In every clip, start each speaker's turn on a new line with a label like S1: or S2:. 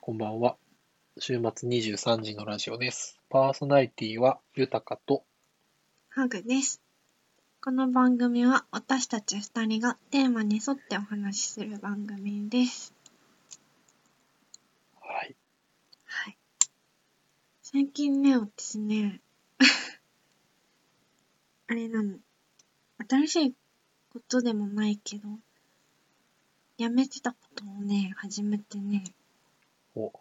S1: こんばんは。週末23時のラジオです。パーソナリティは豊かと
S2: ハグです。この番組は私たち二人がテーマに沿ってお話しする番組です。
S1: はい。
S2: はい。最近ね、私ね、 あれなの。新しいことでもないけど、やめてたことをね、始めてね、
S1: お、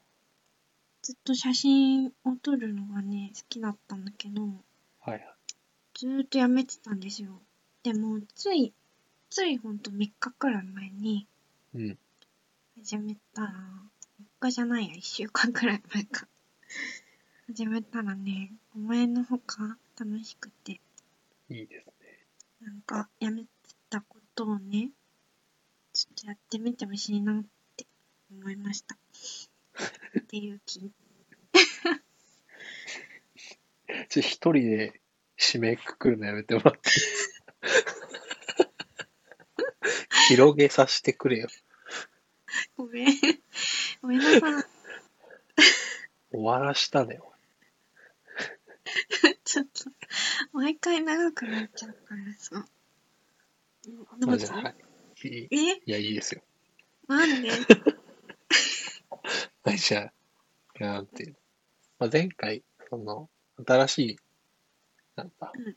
S2: ずっと写真を撮るのがね、好きだったんだけど、
S1: はい。
S2: ずーっとやめてたんですよ。でも、つい、ついほんと3日くらい前に、
S1: うん。
S2: 始めたら、3日じゃないや、1週間くらい前か。始めたらね、思いのほか楽しくて、
S1: いいですね。
S2: なんかやめてたことをね、ちょっとやってみてほしいなって思いました。っていう気。
S1: ちょ、一人で締めくくるのやめてもらって。 広げさせてくれよ。
S2: ごめん。ごめんなさい。
S1: 終わらしたね。
S2: ちょっと、毎回長くなっちゃうからさ。ど
S1: まあ
S2: う
S1: じ
S2: ぞ
S1: ゃあ、はい。いいい
S2: え
S1: や、いいですよ。
S2: なんで
S1: はい、じゃあ、なんていうの。まあ、前回、その、新しい、なんだ
S2: うん、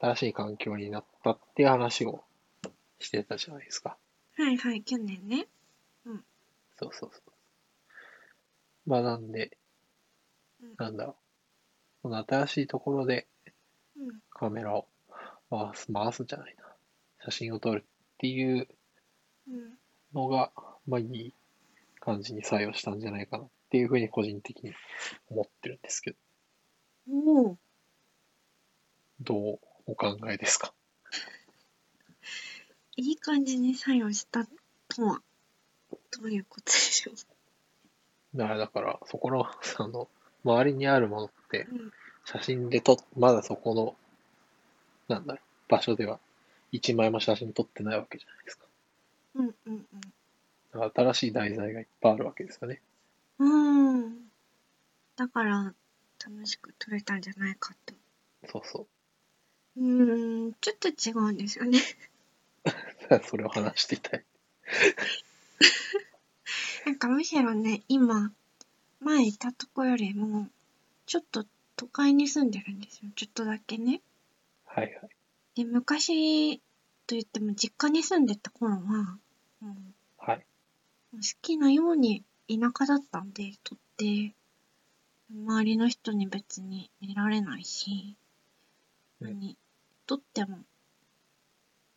S1: 新しい環境になったっていう話をしてたじゃないですか。
S2: はいはい、去年ね。
S1: そうそうそう。まあ、なんで、
S2: うん
S1: なんだろう。その新しいところで
S2: うん。
S1: カメラを回す、回すじゃないな。写真を撮るっていう
S2: うん。
S1: のが、まあ、いい感じに作用したんじゃないかなっていうふうに個人的に思ってるんですけど。
S2: おお。
S1: どうお考えですか
S2: いい感じに作用したとは、どういうことでしょ
S1: だから、だからそこの、あの、周りにあるものって
S2: う。、うん、
S1: 写真で撮っ、まだそこの、なんだろう、場所では、一枚も写真撮ってないわけじゃないですか。
S2: うん、う
S1: だ
S2: ん、
S1: から新しい題材がいっぱいあるわけですよね。
S2: うん。うーん。だから、楽しく撮れたんじゃないかと。
S1: そうそう
S2: ーん、ちょっと違うんですよね。
S1: う。 それを話していたい。
S2: なんかむしろね、今、前いたとこよりも、ちょっと都会に住んでるんですよ。ちょっとだけね。
S1: はいはい。
S2: で、昔と言っても、実家に住んでた頃は、うん、
S1: はい。
S2: 好きなように田舎だったんで撮って周りの人に別に見られないし、
S1: うん
S2: 何撮っても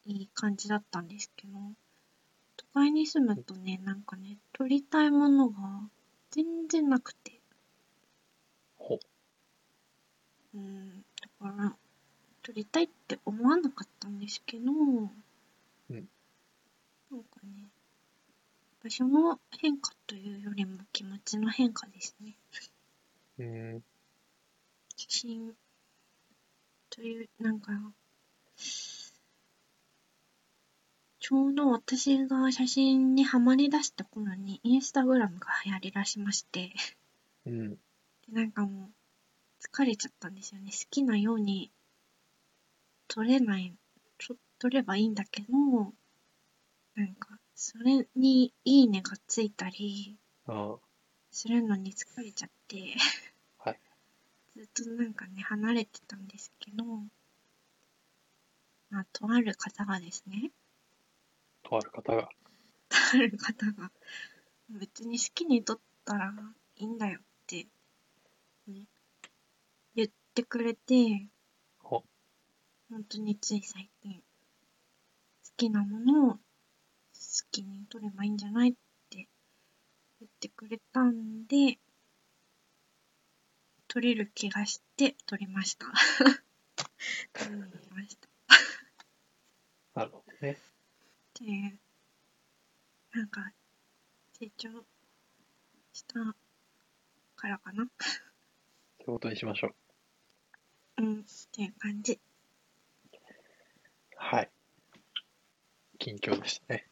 S2: いい感じだったんですけど都会に住むとねなんかね撮りたいものが全然なくて
S1: ほ、
S2: うんだから撮りたいって思わなかったんですけど、なんかね場所の変化というよりも気持ちの変化ですね
S1: うーん、
S2: 写真というなんかちょうど私が写真にハマりだした頃にインスタグラムが流行りだしまして
S1: うん、
S2: でなんかもう疲れちゃったんですよね好きなように撮れない撮撮ればいいんだけどなんかそれに「いいね」がついたり
S1: あ
S2: するのに疲れちゃって、
S1: はい
S2: ずっとなんかね離れてたんですけどまあとある方がですね
S1: あ、とある方が、
S2: とある方が別に好きに撮ったらいいんだよって、ね、言ってくれて
S1: ほ、
S2: 本当につい最近好きなものを好きに撮ればいいんじゃないって言ってくれたんで撮れる気がして撮りました 撮りに行きました
S1: なるほどね。
S2: っていうなんか成長したからかな
S1: そういうことにしましょう。
S2: うんっていう感じ
S1: はい。近況でしたね。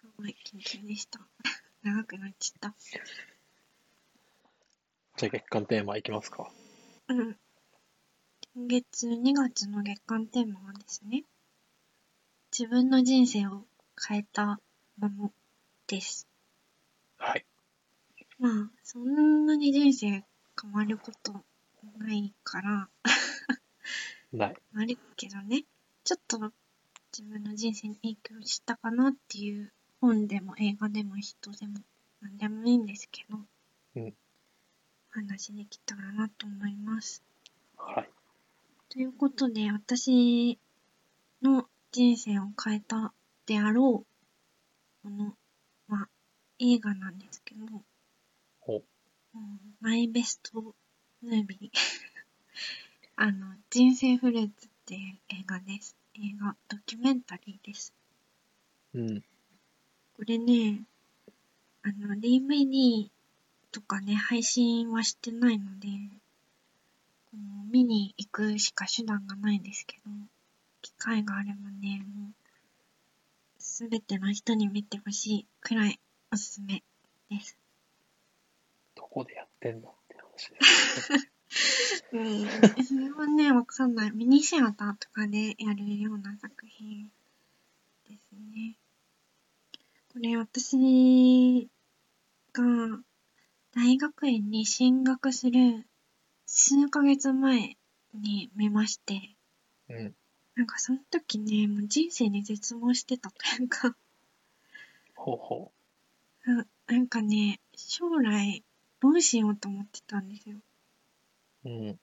S2: すごい緊張でした 長くなっちゃっ
S1: じゃあ月間テーマいきますか。
S2: た。うん。今月2月の月間テーマはですね、自分の人生を変えたものです。
S1: はい。
S2: まあ、そんなに人生変わることないから、
S1: ない。
S2: あるけどね、ちょっと自分の人生に影響したかなっていう本でも映画でも人でも何でもいいんですけど、
S1: うん
S2: お話できたらなと思います。
S1: はい。
S2: ということで、私の人生を変えたであろうものは映画なんですけど、
S1: お、
S2: うんマイベストムービー。 あの、人生フルーツっていう映画です。映画、ドキュメンタリーです。
S1: うん。
S2: これね、あの、DVD とかね、配信はしてないので、この見に行くしか手段がないんですけど、機会があればね、もう、すべての人に見てほしいくらいおすすめです。
S1: どこでやってんのって話で
S2: うん、それはね、 わかんない。ミニシアターとかでやるような作品ですね。これ私が大学院に進学する数ヶ月前に見まして、
S1: すね。
S2: なんかその時ね、もう人生に絶望してたというか、
S1: うん。ほうほ
S2: ななんかね、将来どうしようと思ってたんですよ。
S1: う。うん。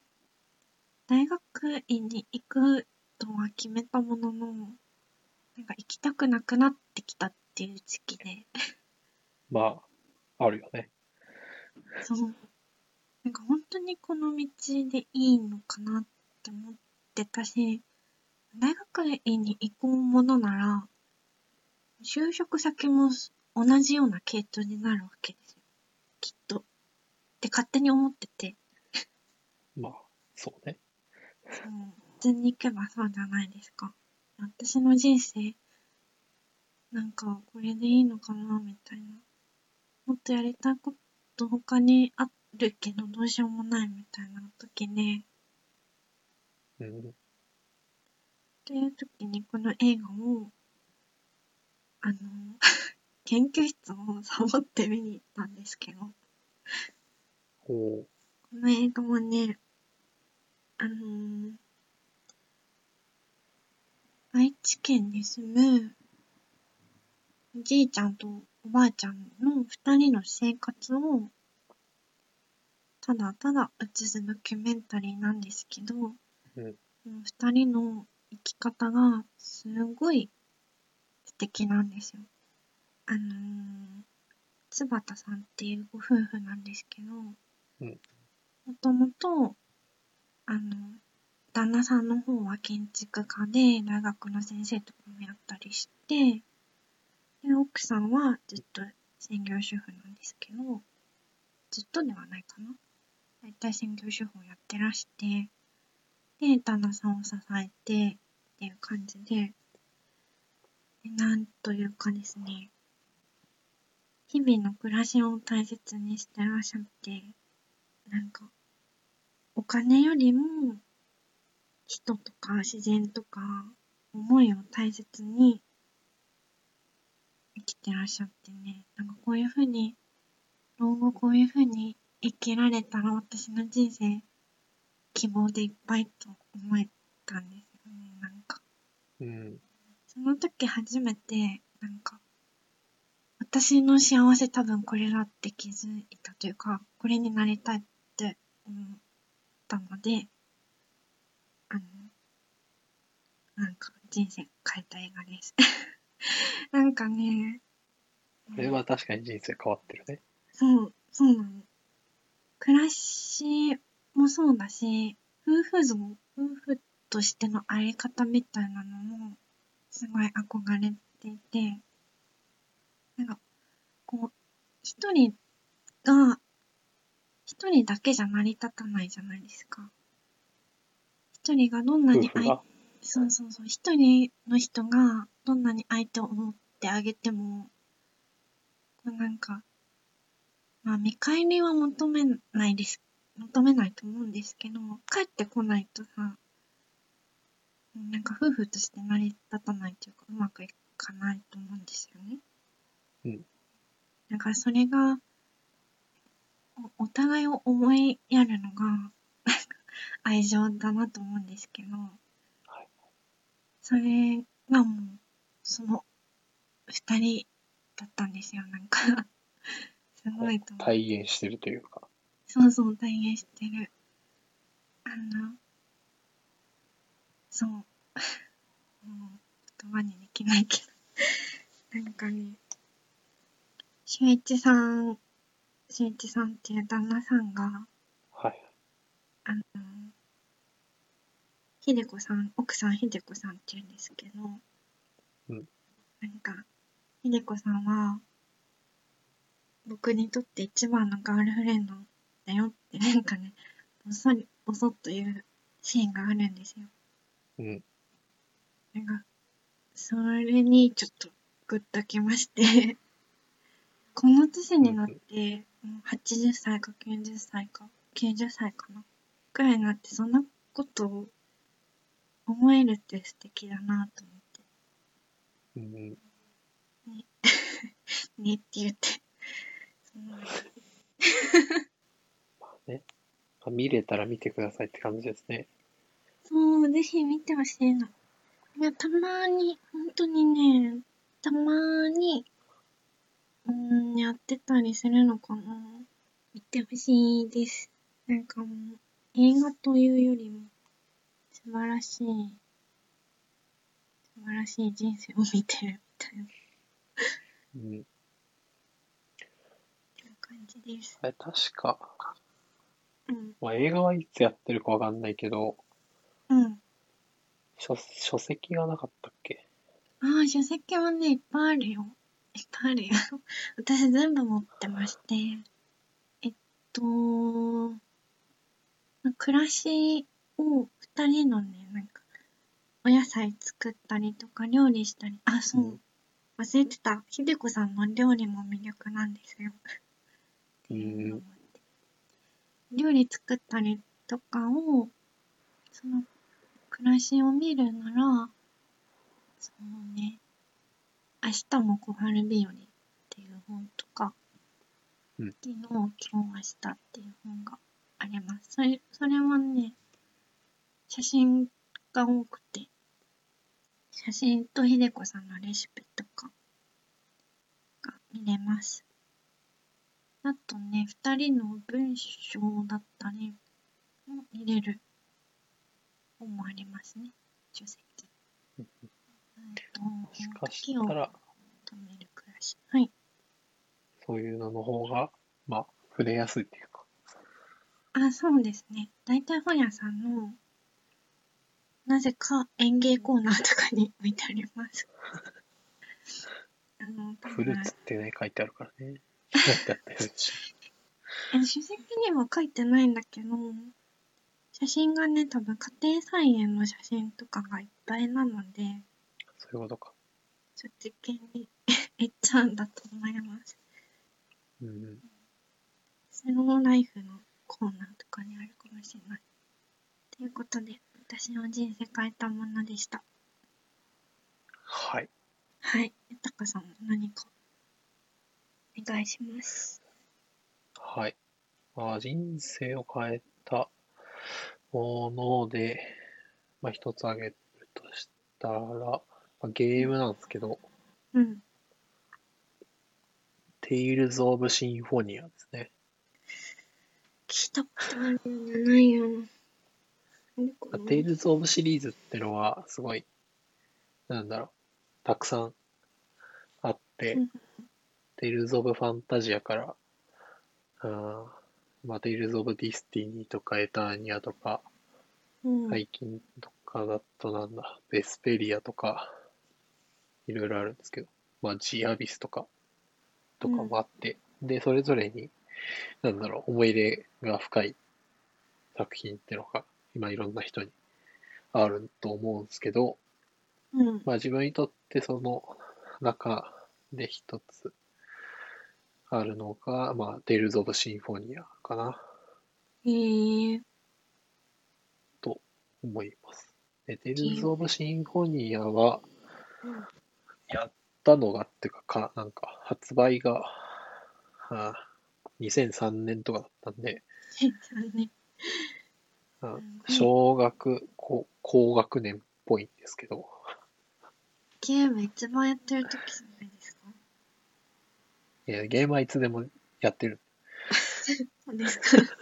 S2: 大学院に行くとは決めたものの、なんか行きたくなくなってきたっていう時期で、
S1: まあ、あるよね。
S2: そう。なんか本当にこの道でいいのかなって思ってたし、大学院に行くものなら、就職先も同じような系統になるわけですよ。きっと。って勝手に思ってて、
S1: まあ、そうね。
S2: そう普通に行けばそうじゃないですか。私の人生、なんかこれでいいのかなみたいな。もっとやりたいこと他にあるけどどうしようもないみたいな時ね。
S1: うん。
S2: っていう時にこの映画を、あの、 研究室をサボって見に行ったんですけど。
S1: ほ
S2: この映画はね、あのー愛知県に住むおじいちゃんとおばあちゃんの二人の生活をただただ映すドキュメンタリーなんですけど、
S1: うん
S2: この二人の生き方がすごい素敵なんですよ。あのー、津畑さんっていうご夫婦なんですけど、もともと、あの、旦那さんの方は建築家で、大学の先生とかもやったりして、で、奥さんはずっと専業主婦なんですけど、ずっとではないかな。大体専業主婦をやってらして、で、旦那さんを支えてっていう感じで、でなんというかですね、日々の暮らしを大切にしてらっしゃって、なんか、お金よりも、人とか自然とか、思いを大切に生きてらっしゃってね、なんかこういうふうに、老後こういうふうに生きられたら私の人生、希望でいっぱいと思えたんですよね、なんか。
S1: う。うん。
S2: その時初めて、なんか、私の幸せ多分これだって気づいたというか、これになりたいって思ったので、あの、なんか人生変えた映画です。 なんかね、
S1: これは確かに人生変わってるね。
S2: そう、そうなの。暮らしもそうだし、夫婦像、夫婦としてのあり方みたいなのも、すごい憧れていて、なんか、こう、一人が、一人だけじゃ成り立たないじゃないですか。一人がどんな
S1: 夫
S2: に
S1: 婦
S2: 相
S1: が。
S2: そうそうそう。一人の人がどんなに相手を思ってあげても、こうなんか、まあ、見返りは求めないです、求めないと思うんですけど、帰ってこないとさ、なんか夫婦として成り立たないというか、うまくいかないと思うんですよね。
S1: うん。
S2: だからそれが、おお互いを思いやるのが、愛情だなと思うんですけど、
S1: い
S2: それがもう、その、二人だったんですよ、なんか。 すごいと思う。
S1: 体現してるというか。
S2: そうそう、体現してる。あの、そう。 もう、言葉にできないけど。 なんかね、俊一さん、俊一さんっていう旦那さんが、
S1: はい。
S2: あの、秀子さん、奥さん秀子さんって言うんですけど、
S1: うん
S2: なんか、秀子さんは、僕にとって一番のガールフレンドだよって、なんかね、ぼそり、ぼそっというシーンがあるんですよ。
S1: うん。
S2: なんか、それにちょっとグッときまして、 この年になって、もう80歳か90歳か、90歳かな、くらいになって、そんなことを思えるって素敵だなと思って、
S1: うん。
S2: ねって言って、 その
S1: まあね。まあ見れたら見てくださいって感じですね。
S2: そう、ぜひ見てほしいの。いや、たまに、本当にね、たまに、うーん、やってたりするのかな。見てほしいです。なんかもう、映画というよりも、素晴らしい、素晴らしい人生を見てるみたいな
S1: うん。
S2: 感じです。
S1: あれ、確か、
S2: うん、
S1: まあ、映画はいつやってるかわかんないけど、
S2: うん。
S1: 書書籍がなかったっけ
S2: ああ、書籍はね、いっぱいあるよ。いっぱいあるよ。 私全部持ってまして。えっと、暮らしを二人のね、なんか、お野菜作ったりとか料理したり、あ、そう。
S1: うん
S2: 忘れてた。ひでこさんの料理も魅力なんですよ。
S1: うーん
S2: 料理作ったりとかを、その、暮らしを見るなら、そのね、明日も小春日和っていう本とか、
S1: うん
S2: 昨日、今日、明日っていう本があります。それ、それはね、写真が多くて、写真とひでこさんのレシピとかが見れます。あとね、二人の文章だったりも見れる本もありますね、書籍。
S1: う
S2: え
S1: ん
S2: っと
S1: もしかしたら、
S2: 止める暮らし。はい。
S1: そういうのの方が、まあ、触れやすいっていうか。
S2: あ、そうですね。大体本屋さんの、なぜか園芸コーナーとかに置いてあります。あの、多
S1: フル
S2: 分
S1: ーツってね、書いてあるからね。書いてあったりするし
S2: え書籍には書いてないんだけど、写真がね、多分家庭菜園の写真とかがいっぱいなので、
S1: そういうことか。
S2: そっち系に 行っちゃうんだと思います。
S1: うん。
S2: スローライフのコーナーとかにあるかもしれない。ということで、私の人生変えたものでした。
S1: はい。
S2: はい。たかさんも何か、お願いします。
S1: はい。まあ、人生を変えたもので、まあ、一つ挙げるとしたら、まあ、ゲームなんですけど、
S2: うん。
S1: Tales of Symphonia ですね。
S2: 聞いたことあるようなないような。何こ
S1: まあ、
S2: の
S1: Tales of シリーズってのは、すごい、なんだろう、たくさんあって
S2: うん、
S1: Tales of Fantasia から、あーまあ、Tales of Destiny とかエターニアとか、
S2: うん。
S1: 最近とかだとなんだ、ベスペリアとか、いろいろあるんですけど、まあ、ジアビスとか、とかもあって、で、それぞれに、なんだろう、思い入れが深い作品ってのが、今いろんな人にあると思うんですけど、
S2: うん。
S1: まあ自分にとってその中で一つ、あるのが、まあ、テイルズ・オブ・シンフォニアかな
S2: えー、
S1: と思います。で、テイルズ・オブ・シンフォニアは、
S2: うん
S1: やったのがっていうか、かなんか発売が、はあ、2003年とかだったんで、
S2: そうね。
S1: あ
S2: ん
S1: 小学高、高学年っぽいんですけど、
S2: ゲーム一番やってる時じゃないですか
S1: いやゲームはいつでもやってる。
S2: そうですか。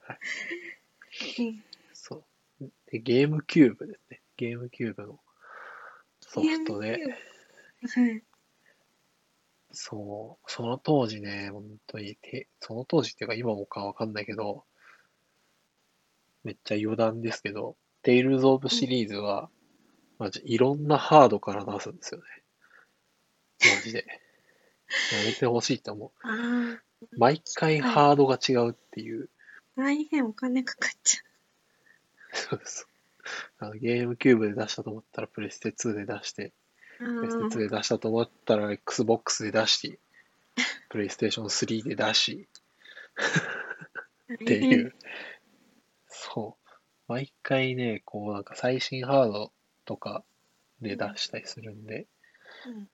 S2: うん
S1: そうでゲームキューブですね。ゲームキューブのソフトで、。
S2: はい。
S1: そう、その当時ね、本当にて、その当時っていうか今もかわかんないけど、めっちゃ余談ですけど、テイルズ・オブシリーズは、マジいろんなハードから出すんですよね。マジで。やめてほしいと思
S2: ああ、
S1: う。毎回ハードが違うっていう。
S2: 大変お金かかっちゃ
S1: そうそうあのゲームキューブで出したと思ったらプレステ2で出して、
S2: う。
S1: プレステ
S2: あ
S1: 2で出したと思ったら Xbox で出し、プレイステーション3で出し、
S2: あ、
S1: って
S2: 大
S1: い
S2: 変
S1: う。。 そう。毎回ね、こうなんか最新ハードとかで出したりするんで、
S2: うん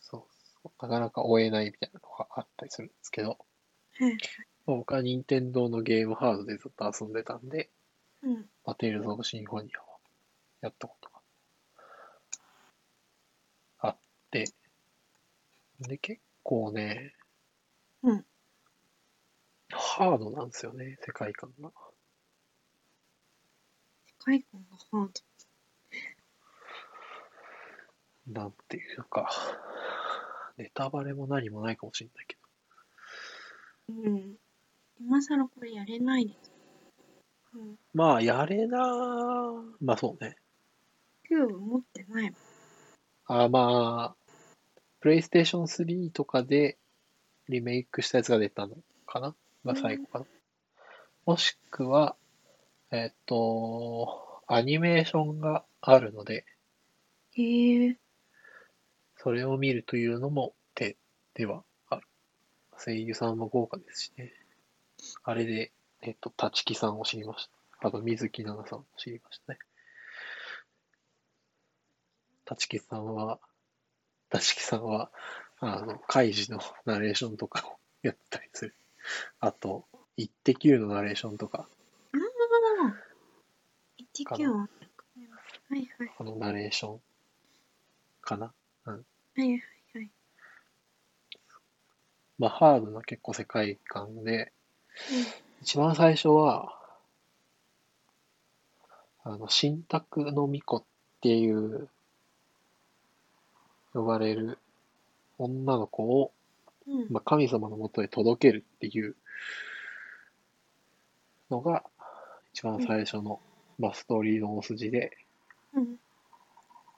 S1: そうそう。なかなか追えないみたいなのがあったりするんですけど、
S2: はい。
S1: まあ僕は任天堂のゲームハードでずっと遊んでたんで、
S2: うん。
S1: まあ、テイルズ・オブ・シンフォニアをやったことがあって、で、結構ね、
S2: うん
S1: ハードなんですよね、世界観が。
S2: 海軍がハード。
S1: なんていうか、ネタバレも何もないかもしれないけ
S2: うん。今更これやれないです。うん。
S1: ど。まあ、やれなーまあそうね。
S2: キューブ持ってないもん。
S1: あまあ、プレイステーション3とかでリメイクしたやつが出たのかなが最後かな。もしくは、えっと、アニメーションがあるので、
S2: へえ。
S1: それを見るというのも手ではある。声優さんも豪華ですしね。あれで、えっと、立木さんを知りました。あと、水木奈々さんを知りましたね。立木さんは、立木さんは、あの、カイジのナレーションとかをやったりする。あと、イッテ Q のナレーションとか、
S2: ああ。19は。はいはい。
S1: このナレーションかな。
S2: はいはい。
S1: まあ、ハードな結構世界観で、一番最初は、あの、新宅の巫女っていう、呼ばれる女の子を、
S2: うん。うん。
S1: まあ、神様のもとへ届けるっていうのが、一番最初の、まあ、ストーリーの大筋で、
S2: うん。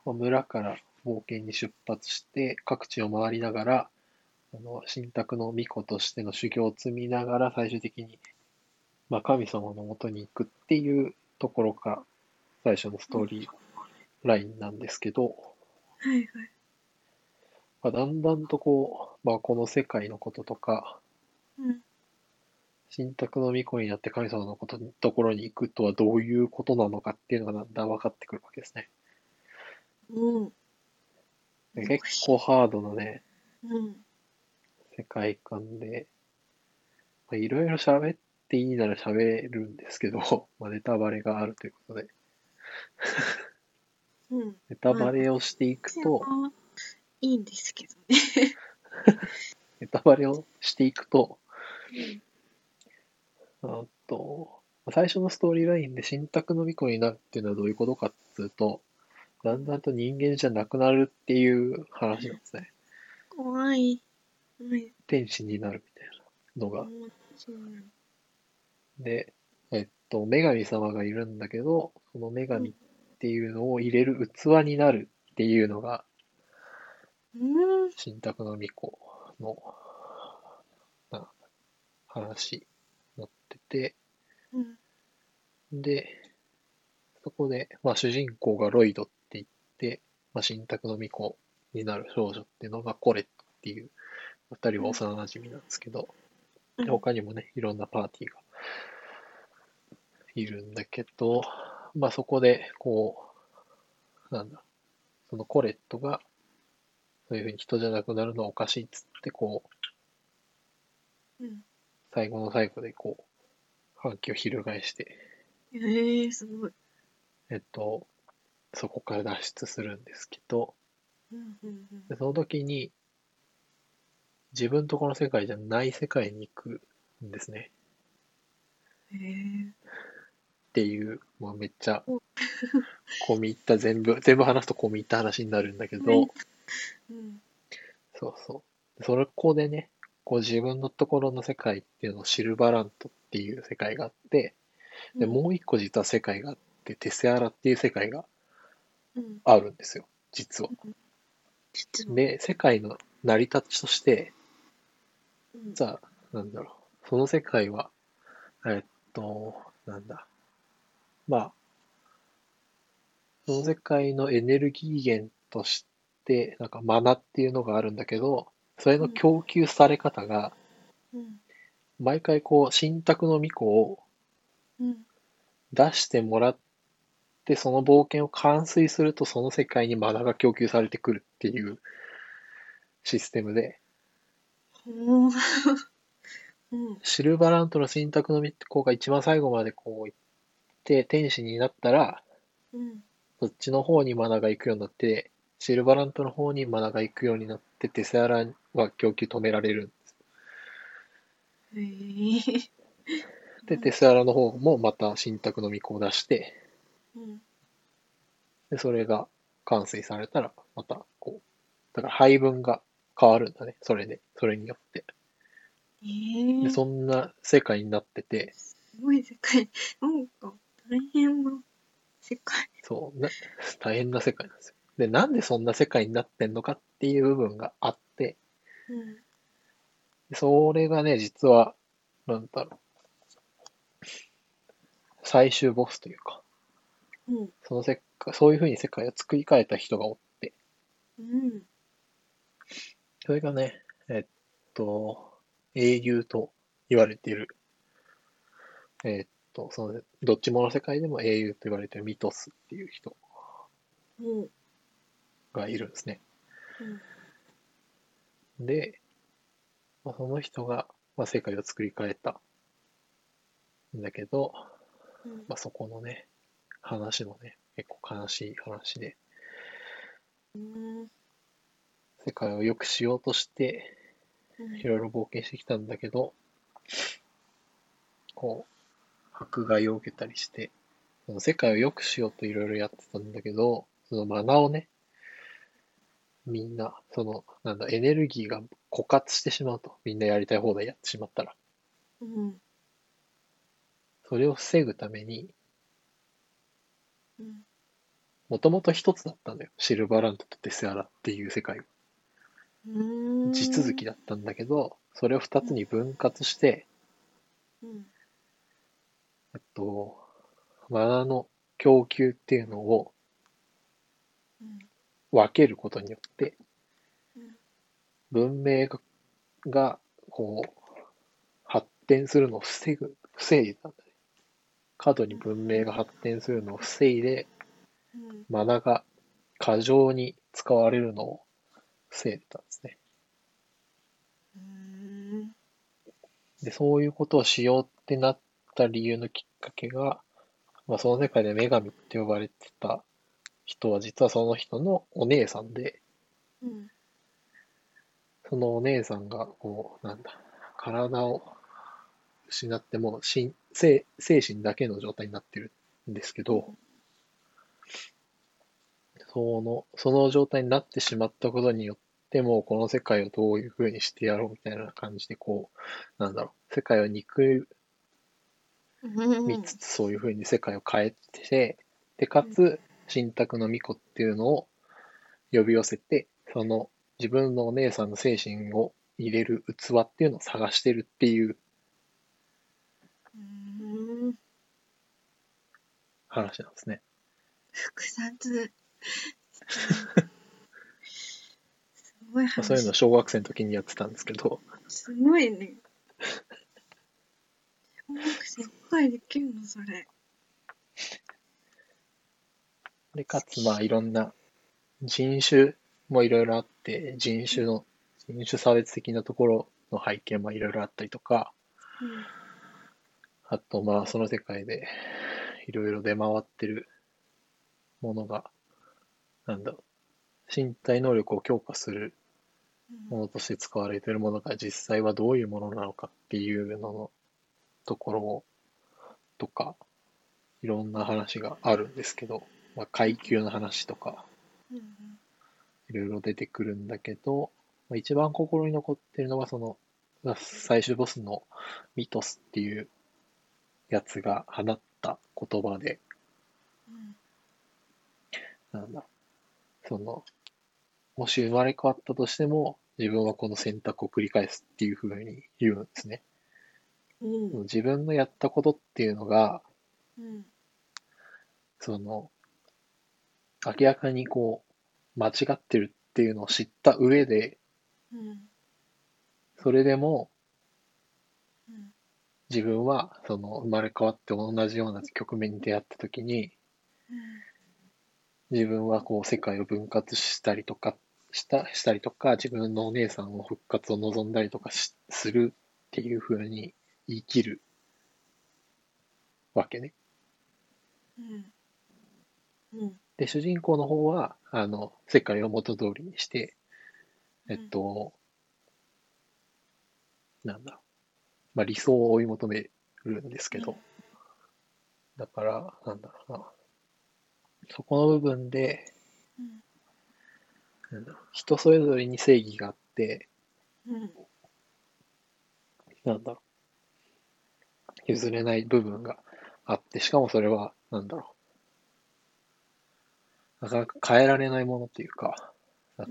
S1: まあ村から冒険に出発して各地を回りながらあの神託の巫女としての修行を積みながら最終的に、まあ、神様のもとに行くっていうところが最初のストーリーラインなんですけど、
S2: はいはい。
S1: まあ、だんだんとこう、まあ、この世界のこととか
S2: うん。
S1: 神託の巫女になって神様のことにところに行くとはどういうことなのかっていうのがだんだん分かってくるわけですね。
S2: うん。
S1: で結構ハードなね、
S2: うん。
S1: 世界観で、まあ、いろいろ喋っていいなら喋るんですけど、 まあ、ネタバレがあるということで、
S2: うん。
S1: ネタバレをしていくと、
S2: いいんですけどね。
S1: ネタバレをしていくと、あとまあ最初のストーリーラインで新宅の巫女になるっていうのはどういうことかっていうと、だんだんと人間じゃなくなるっていう話なんですね。
S2: 怖い。はい。
S1: 天使になるみたいなのが。で、えっと、女神様がいるんだけど、その女神っていうのを入れる器になるっていうのが、
S2: うん。
S1: 新宅の巫女のな話になってて、
S2: うん。
S1: で、そこで、まあ、主人公がロイドって言って、まあ、新宅の巫女になる少女っていうのがコレっていう二人は幼馴染なんですけど、
S2: う
S1: で
S2: ん
S1: 他にもね、いろんなパーティーがいるんだけど、まあそこで、こう、なんだ、そのコレットが、そういうふうに人じゃなくなるのはおかしいっつって、こう、
S2: うん
S1: 最後の最後で、こう、反旗を翻して、
S2: ええすごい。
S1: えっと、そこから脱出するんですけど、
S2: うんうんうん
S1: でその時に、自分とこの世界じゃない世界に行くんですね。
S2: え
S1: っていう、まあ、めっちゃ、 込み入った全部、全部話すと込み入った話になるんだけ
S2: は
S1: ど
S2: い、えうん
S1: そうそう。それここでね、こう自分のところの世界っていうのをシルバラントっていう世界があって、で、もう一個実は世界があって、テセアラっていう世界が
S2: うん、うん、
S1: あるんですよ、実は。
S2: 実は、
S1: で、世界の成り立ちとして、
S2: うん、
S1: じゃあ、なんだろう。その世界は、えっと、なんだ。まあ、その世界のエネルギー源として、なんかマナっていうのがあるんだけど、それの供給され方が、
S2: うん
S1: 毎回こう、新宅の巫女を
S2: うん
S1: 出してもらって、その冒険を完遂すると、その世界にマナが供給されてくるっていうシステムで、
S2: ほううん
S1: シルバラントの信託の巫女が一番最後までこう行って天使になったら
S2: うん
S1: そっちの方にマナが行くようになってシルバラントの方にマナが行くようになってテセアラは供給止められるんです
S2: ええ
S1: で
S2: うん
S1: テセアラの方もまた信託の巫女を出して
S2: うん
S1: でそれが完遂されたらまたこうだから配分が変わるんだねそれでそれによって
S2: ええ
S1: でそんな世界になってて
S2: すごい世界なんか大変な世界
S1: そうな大変な世界なんですよでなんでそんな世界になってんのかっていう部分があって
S2: うん
S1: それがね、実は、なんだろう。最終ボスというか、
S2: うん
S1: そのせっか、そういうふうに世界を作り変えた人がおって、
S2: うん
S1: それがね、えっと、英雄と言われている、えっと、その、どっちもの世界でも英雄と言われているミトスっていう人
S2: もう
S1: がいるんですね。
S2: うん
S1: で、まあ、その人が、まあ、世界を作り変えたんだけど、
S2: うん
S1: まあ、そこのね、話もね、結構悲しい話で、
S2: うん
S1: 世界を良くしようとして、
S2: うん
S1: いろいろ冒険してきたんだけど、こう、迫害を受けたりして、その世界を良くしようといろいろやってたんだけど、そのマナをね、みんな、その、なんだ、エネルギーが枯渇してしまうと。みんなやりたい放題やってしまったら。
S2: うん
S1: それを防ぐために、
S2: うん
S1: もともと一つだったんだよ。シルバーランドとテセアラっていう世界は
S2: うん
S1: 地続きだったんだけど、それを2つに分割して、
S2: うん
S1: えっと、マナの供給っていうのを
S2: うん
S1: 分けることによって
S2: うん、
S1: 文明が、がこう、発展するのを防ぐ、防いだんだね。過度に文明が発展するのを防いで、
S2: うん
S1: マナが過剰に使われるのを防いでたんですね。
S2: うん
S1: で、そういうことをしようってなった理由のきっかけが、まあ、その世界で女神って呼ばれてた人は、実はその人のお姉さんで、
S2: うん
S1: そのお姉さんが、こう、なんだ、体を失って、もう心精精神だけの状態になってるんですけど、その、その状態になってしまったことによって、もうこの世界をどういうふうにしてやろうみたいな感じで、こう、なんだろう、世界を憎い
S2: うん
S1: 見つつそういうふうに世界を変えて、で、かつ、新宅の巫女っていうのを呼び寄せて、その自分のお姉さんの精神を入れる器っていうのを探してるっていう
S2: うん
S1: 話なんですね。
S2: 複雑。すごい
S1: まあ
S2: 話。
S1: そういうの小学生の時にやってたんですけど、
S2: すごいね。小学生理解できるのそれ。
S1: で、かつ、まあ、いろんな人種もいろいろあって、人種の、人種差別的なところの背景もいろいろあったりとか、
S2: うん
S1: あと、まあ、その世界でいろいろ出回ってるものが、なんだろう、身体能力を強化するも
S2: うん
S1: のとして使われているものが実際はどういうものなのかっていうののところをとかいろんな話があるんですけど、まあ、階級の話とか
S2: うん
S1: いろいろ出てくるんだけど、まあ、一番心に残ってるのがそのまあ最終ボスのミトスっていうやつが放った言葉で
S2: うん
S1: なんだそのもし生まれ変わったとしても自分はこの選択を繰り返すっていうふうに言うんですね。
S2: うんうん
S1: 自分のやったことっていうのが、
S2: うん
S1: その、明らかにこう、間違ってるっていうのを知った上で、
S2: うん
S1: それでも
S2: うん
S1: 自分は、その、生まれ変わって同じような局面に出会った時に、自分はこう、世界を分割したりとか、した、したりとか、自分のお姉さんの復活を望んだりとかし、するっていうふうに言い切るわけね。
S2: うんうん
S1: で、主人公の方は、あの、世界を元通りにして、
S2: う
S1: え
S2: ん
S1: っと、なんだ、まあ理想を追い求めるんですけど、だから、なんだろうな、そこの部分で、
S2: うん
S1: なんだろう人それぞれに正義があって、
S2: うん
S1: なんだろう、譲れない部分があって、しかもそれは、なんだろう、なかなか変えられないものっていうか、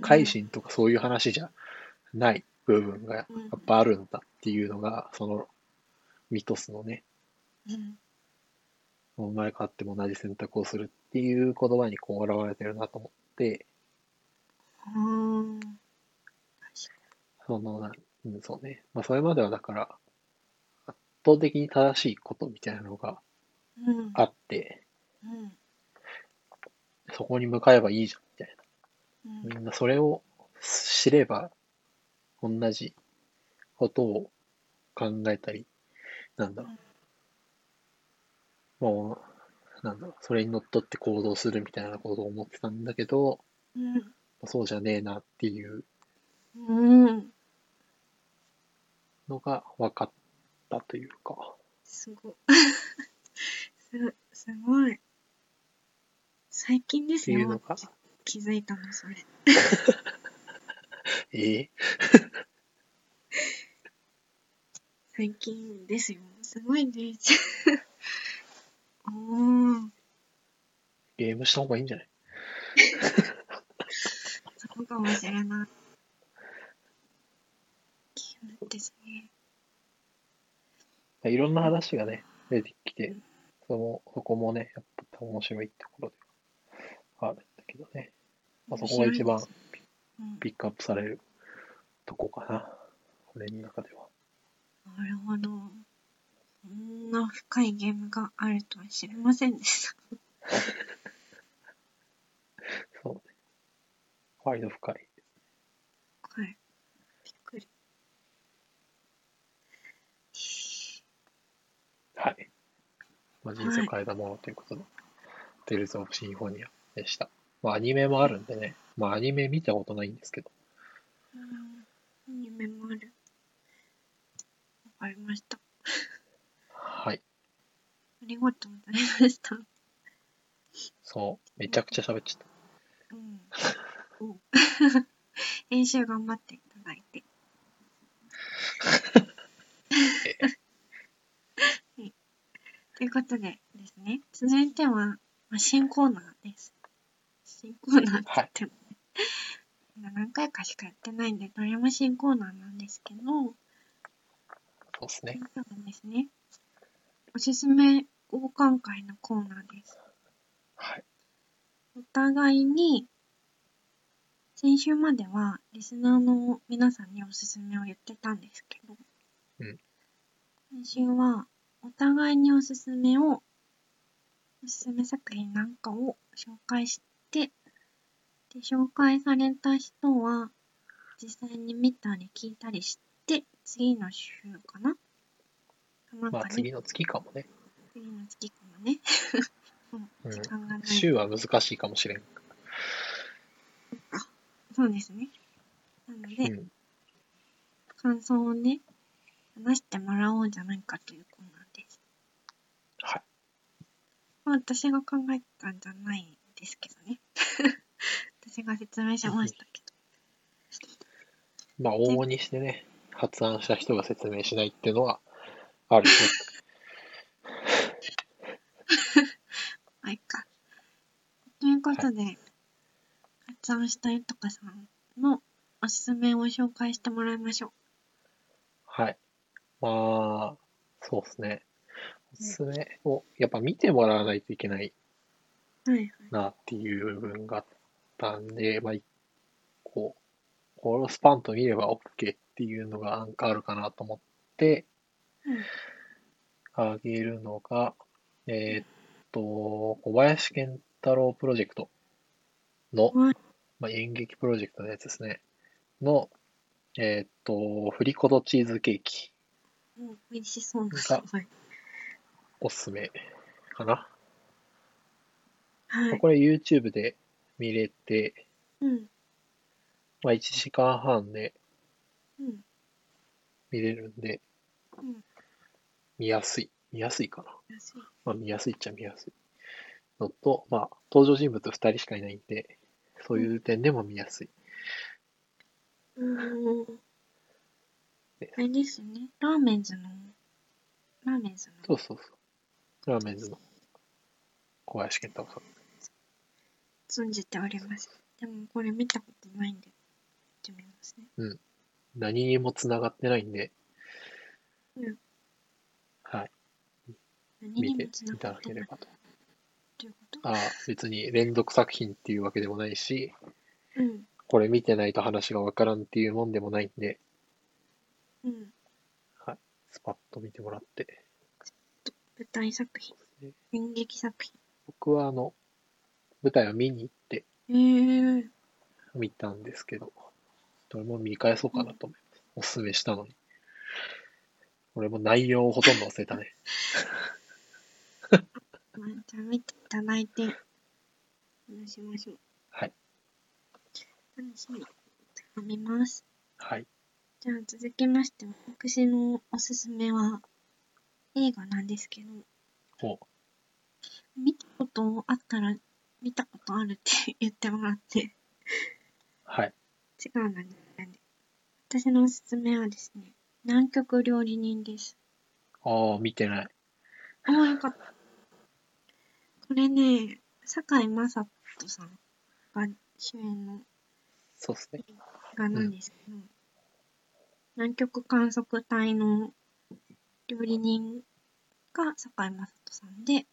S1: 改心とかそういう話じゃない部分がやっぱあるんだっていうのが、そのミトスのね、
S2: うん
S1: 生まれ変わっても同じ選択をするっていう言葉にこう現れてるなと思って、
S2: あー
S1: そのな、うん、そうね、まあそれまではだから、圧倒的に正しいことみたいなのが
S2: うん
S1: あって、
S2: うん
S1: そこに向かえばいいじゃんみたいな。
S2: うん
S1: みんなそれを知れば、同じことを考えたり、なんだろう。もう、なんだろう。それにのっとって行動するみたいなことを思ってたんだけど、
S2: うん
S1: そうじゃねえなっていう
S2: うん
S1: のが分かったというか、
S2: すごす すごい最近で
S1: っ
S2: す
S1: てい
S2: ね
S1: うのが、
S2: 気づいたのそれ
S1: ええ
S2: 最近ですよすごいね おー
S1: ゲームした方がいいんじゃない
S2: そうかもしれないゲームですね
S1: いろんな話がね、出てきて、そのそこもね、やっぱ面白いところではあるんだけどね。まあ、そこが一番
S2: うん
S1: ピックアップされるとこかな。俺の中では。
S2: なるほどそんな深いゲームがあるとは知りませんでした
S1: そうね。割と深い。
S2: はい。びっくり。
S1: はい。まあ、人生を変えたものということで、テイルズ・オブ・シンフォニアでした。まあ、アニメもあるんでね。まあ、アニメ見たことないんですけど。
S2: うん。夢もある。わかりました。あ
S1: はい。
S2: りがとうございました。
S1: そう。めちゃくちゃ喋っちゃっ
S2: うん。 お練習頑張っていただい て。はいということでですね、続いては、まあ、新コーナーです。新コーナーって言っても、ね何回かしかやってないんで、どれも新コーナーなんですけど、
S1: た。そうですね。
S2: そうなんですね。おすすめ交換会のコーナーです。
S1: はい。
S2: お互いに先週まではリスナーの皆さんにおすすめを言ってたんですけど、
S1: うん
S2: 今週はお互いにおすすめをおすすめ作品なんかを紹介してで紹介された人は実際に見たり聞いたりして次の週かなな
S1: ま
S2: んか
S1: あ
S2: ね
S1: 次の月かもね。
S2: 次の月かもねもう時間がない、
S1: 週は難しいかもしれん。
S2: そうですねなので、
S1: うん。
S2: 感想をね、話してもらおうじゃないかというコーナーです。
S1: はい。
S2: まあ、私が考えたんじゃないんですけどね。 私が説明しましたけ
S1: まあ、往々にしてね、発案した人が説明しないっていうのは、あるね。
S2: ど。まあ、いっか。ということで、発案したゆとかさんのおすすめを紹介してもらいましょ。
S1: はい。まあ、そうですね。おすすめを、やっぱ見てもらわないといけないう
S2: はいはい。
S1: なっていう部分があったんで、まあ、こう、このスパンと見れば OK っていうのがなんかあるかなと思って、
S2: うん
S1: あげるのが、えーっと、小林健太郎プロジェクトの、
S2: はい
S1: まあ、演劇プロジェクトのやつですね、の、えーっと、フリコドチーズケーキ
S2: もう美味しそうな。
S1: が
S2: はい。
S1: おすすめかな。ま
S2: は
S1: あ
S2: い。
S1: これ YouTube で見れて、
S2: うん。
S1: まあ、1時間半で
S2: うん。
S1: 見れるんで、
S2: うん
S1: 見やすい。見やすいかな。
S2: 安い。
S1: まあ見やすいっちゃ見やすい。のと、まあ登場人物2人しかいないんで、そういう点でも見やすい。
S2: うーん
S1: で。
S2: あれですね。ラーメンズの、ラーメンズの。
S1: そうそうそう。ラーメンズの小林健太郎さん。
S2: 存じております。でもこれ見たことないんで、見てみますね。
S1: 何にも繋がってないんで、
S2: うん
S1: はい。
S2: 何に
S1: 見
S2: も
S1: て
S2: つない
S1: た
S2: がっ
S1: だ
S2: て
S1: け
S2: な
S1: れ
S2: い
S1: ばと。
S2: ということ
S1: ああ、別に連続作品っていうわけでもないし、
S2: うん、
S1: これ見てないと話がわからんっていうもんでもないんで、
S2: うん。
S1: スパッと見てもらって。
S2: 舞台作品
S1: ね。
S2: 演劇作品。
S1: 僕はあの、舞台を見に行って
S2: ええ
S1: 見たんですけど、どれも見返そうかなと思います。おすすめしたのに。俺も内容をほとんど忘れたね。
S2: まあ、じゃあ見ていただいて、話しましょう。
S1: はい。
S2: 楽しみ。見ます。
S1: はい。
S2: じゃあ続きまして、私のおすすめは映画なんですけど、
S1: ほ
S2: 見たことあったら、見たことあるって言ってもらって。
S1: はい。
S2: 違うな、ね、私のおすすめはですね、南極料理人です。
S1: ああ、見てない。
S2: ああ、よかった。これね、堺井雅人さんが主演の
S1: そうっすね。
S2: 映画なんですけど、南極観測隊の料理人が堺井雅人さんで、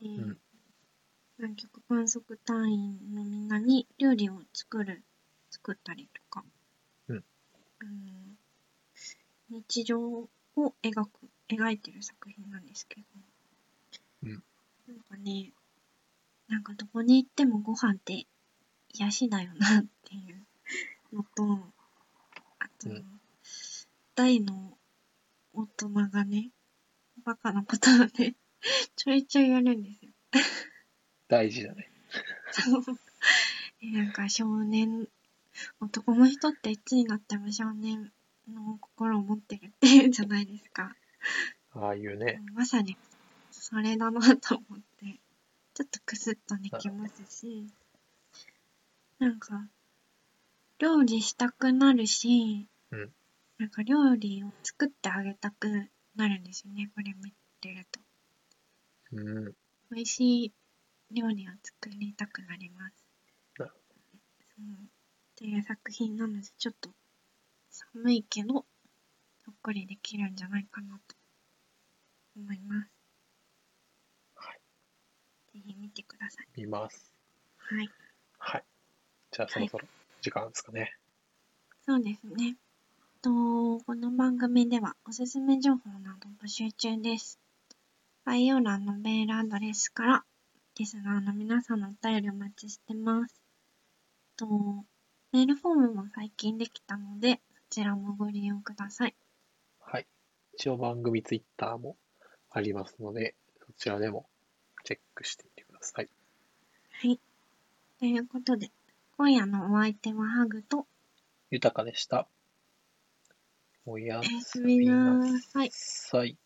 S2: で
S1: ん
S2: 南極観測隊員のみんなに料理を作る作ったりとか、
S1: うん
S2: あの日常を描く描いてる作品なんですけど、
S1: うん
S2: なんかねなんかどこに行ってもご飯って癒しだよなっていうのとあと、
S1: うん
S2: 大の大人がねバカなことをね ちょいちょいやるんですよ。
S1: 大事だね。
S2: えなんか少年男の人っていつになっても少年の心を持ってるっていうじゃないですか
S1: ああいうね。
S2: まさにそれだなと思ってちょっとクスッとできますしなんか料理したくなるし、
S1: うん
S2: なんか料理を作ってあげたくなるんですよねこれ見てると
S1: うん。
S2: 美味しい料理を作りたくなります。
S1: なる
S2: うんっていう作品なのでちょっと寒いけどほっこりできるんじゃないかなと思います。
S1: はい
S2: ぜひ見てください。
S1: 見ます。
S2: はい。
S1: はい。じゃあそろそろ時間ですかね。
S2: そうですね。と、この番組ではおすすめ情報など募集中です。概要欄のメールアドレスから、リスナーの皆さんのお便りお待ちしてます。と、メールフォームも最近できたので、そちらもご利用ください。
S1: はい。一応番組ツイッターもありますので、そちらでもチェックしてみてください。
S2: はい。ということで、今夜のお相手はハグと、
S1: 豊かでした。おや
S2: おやす
S1: す
S2: み
S1: みな
S2: なさい。
S1: さい。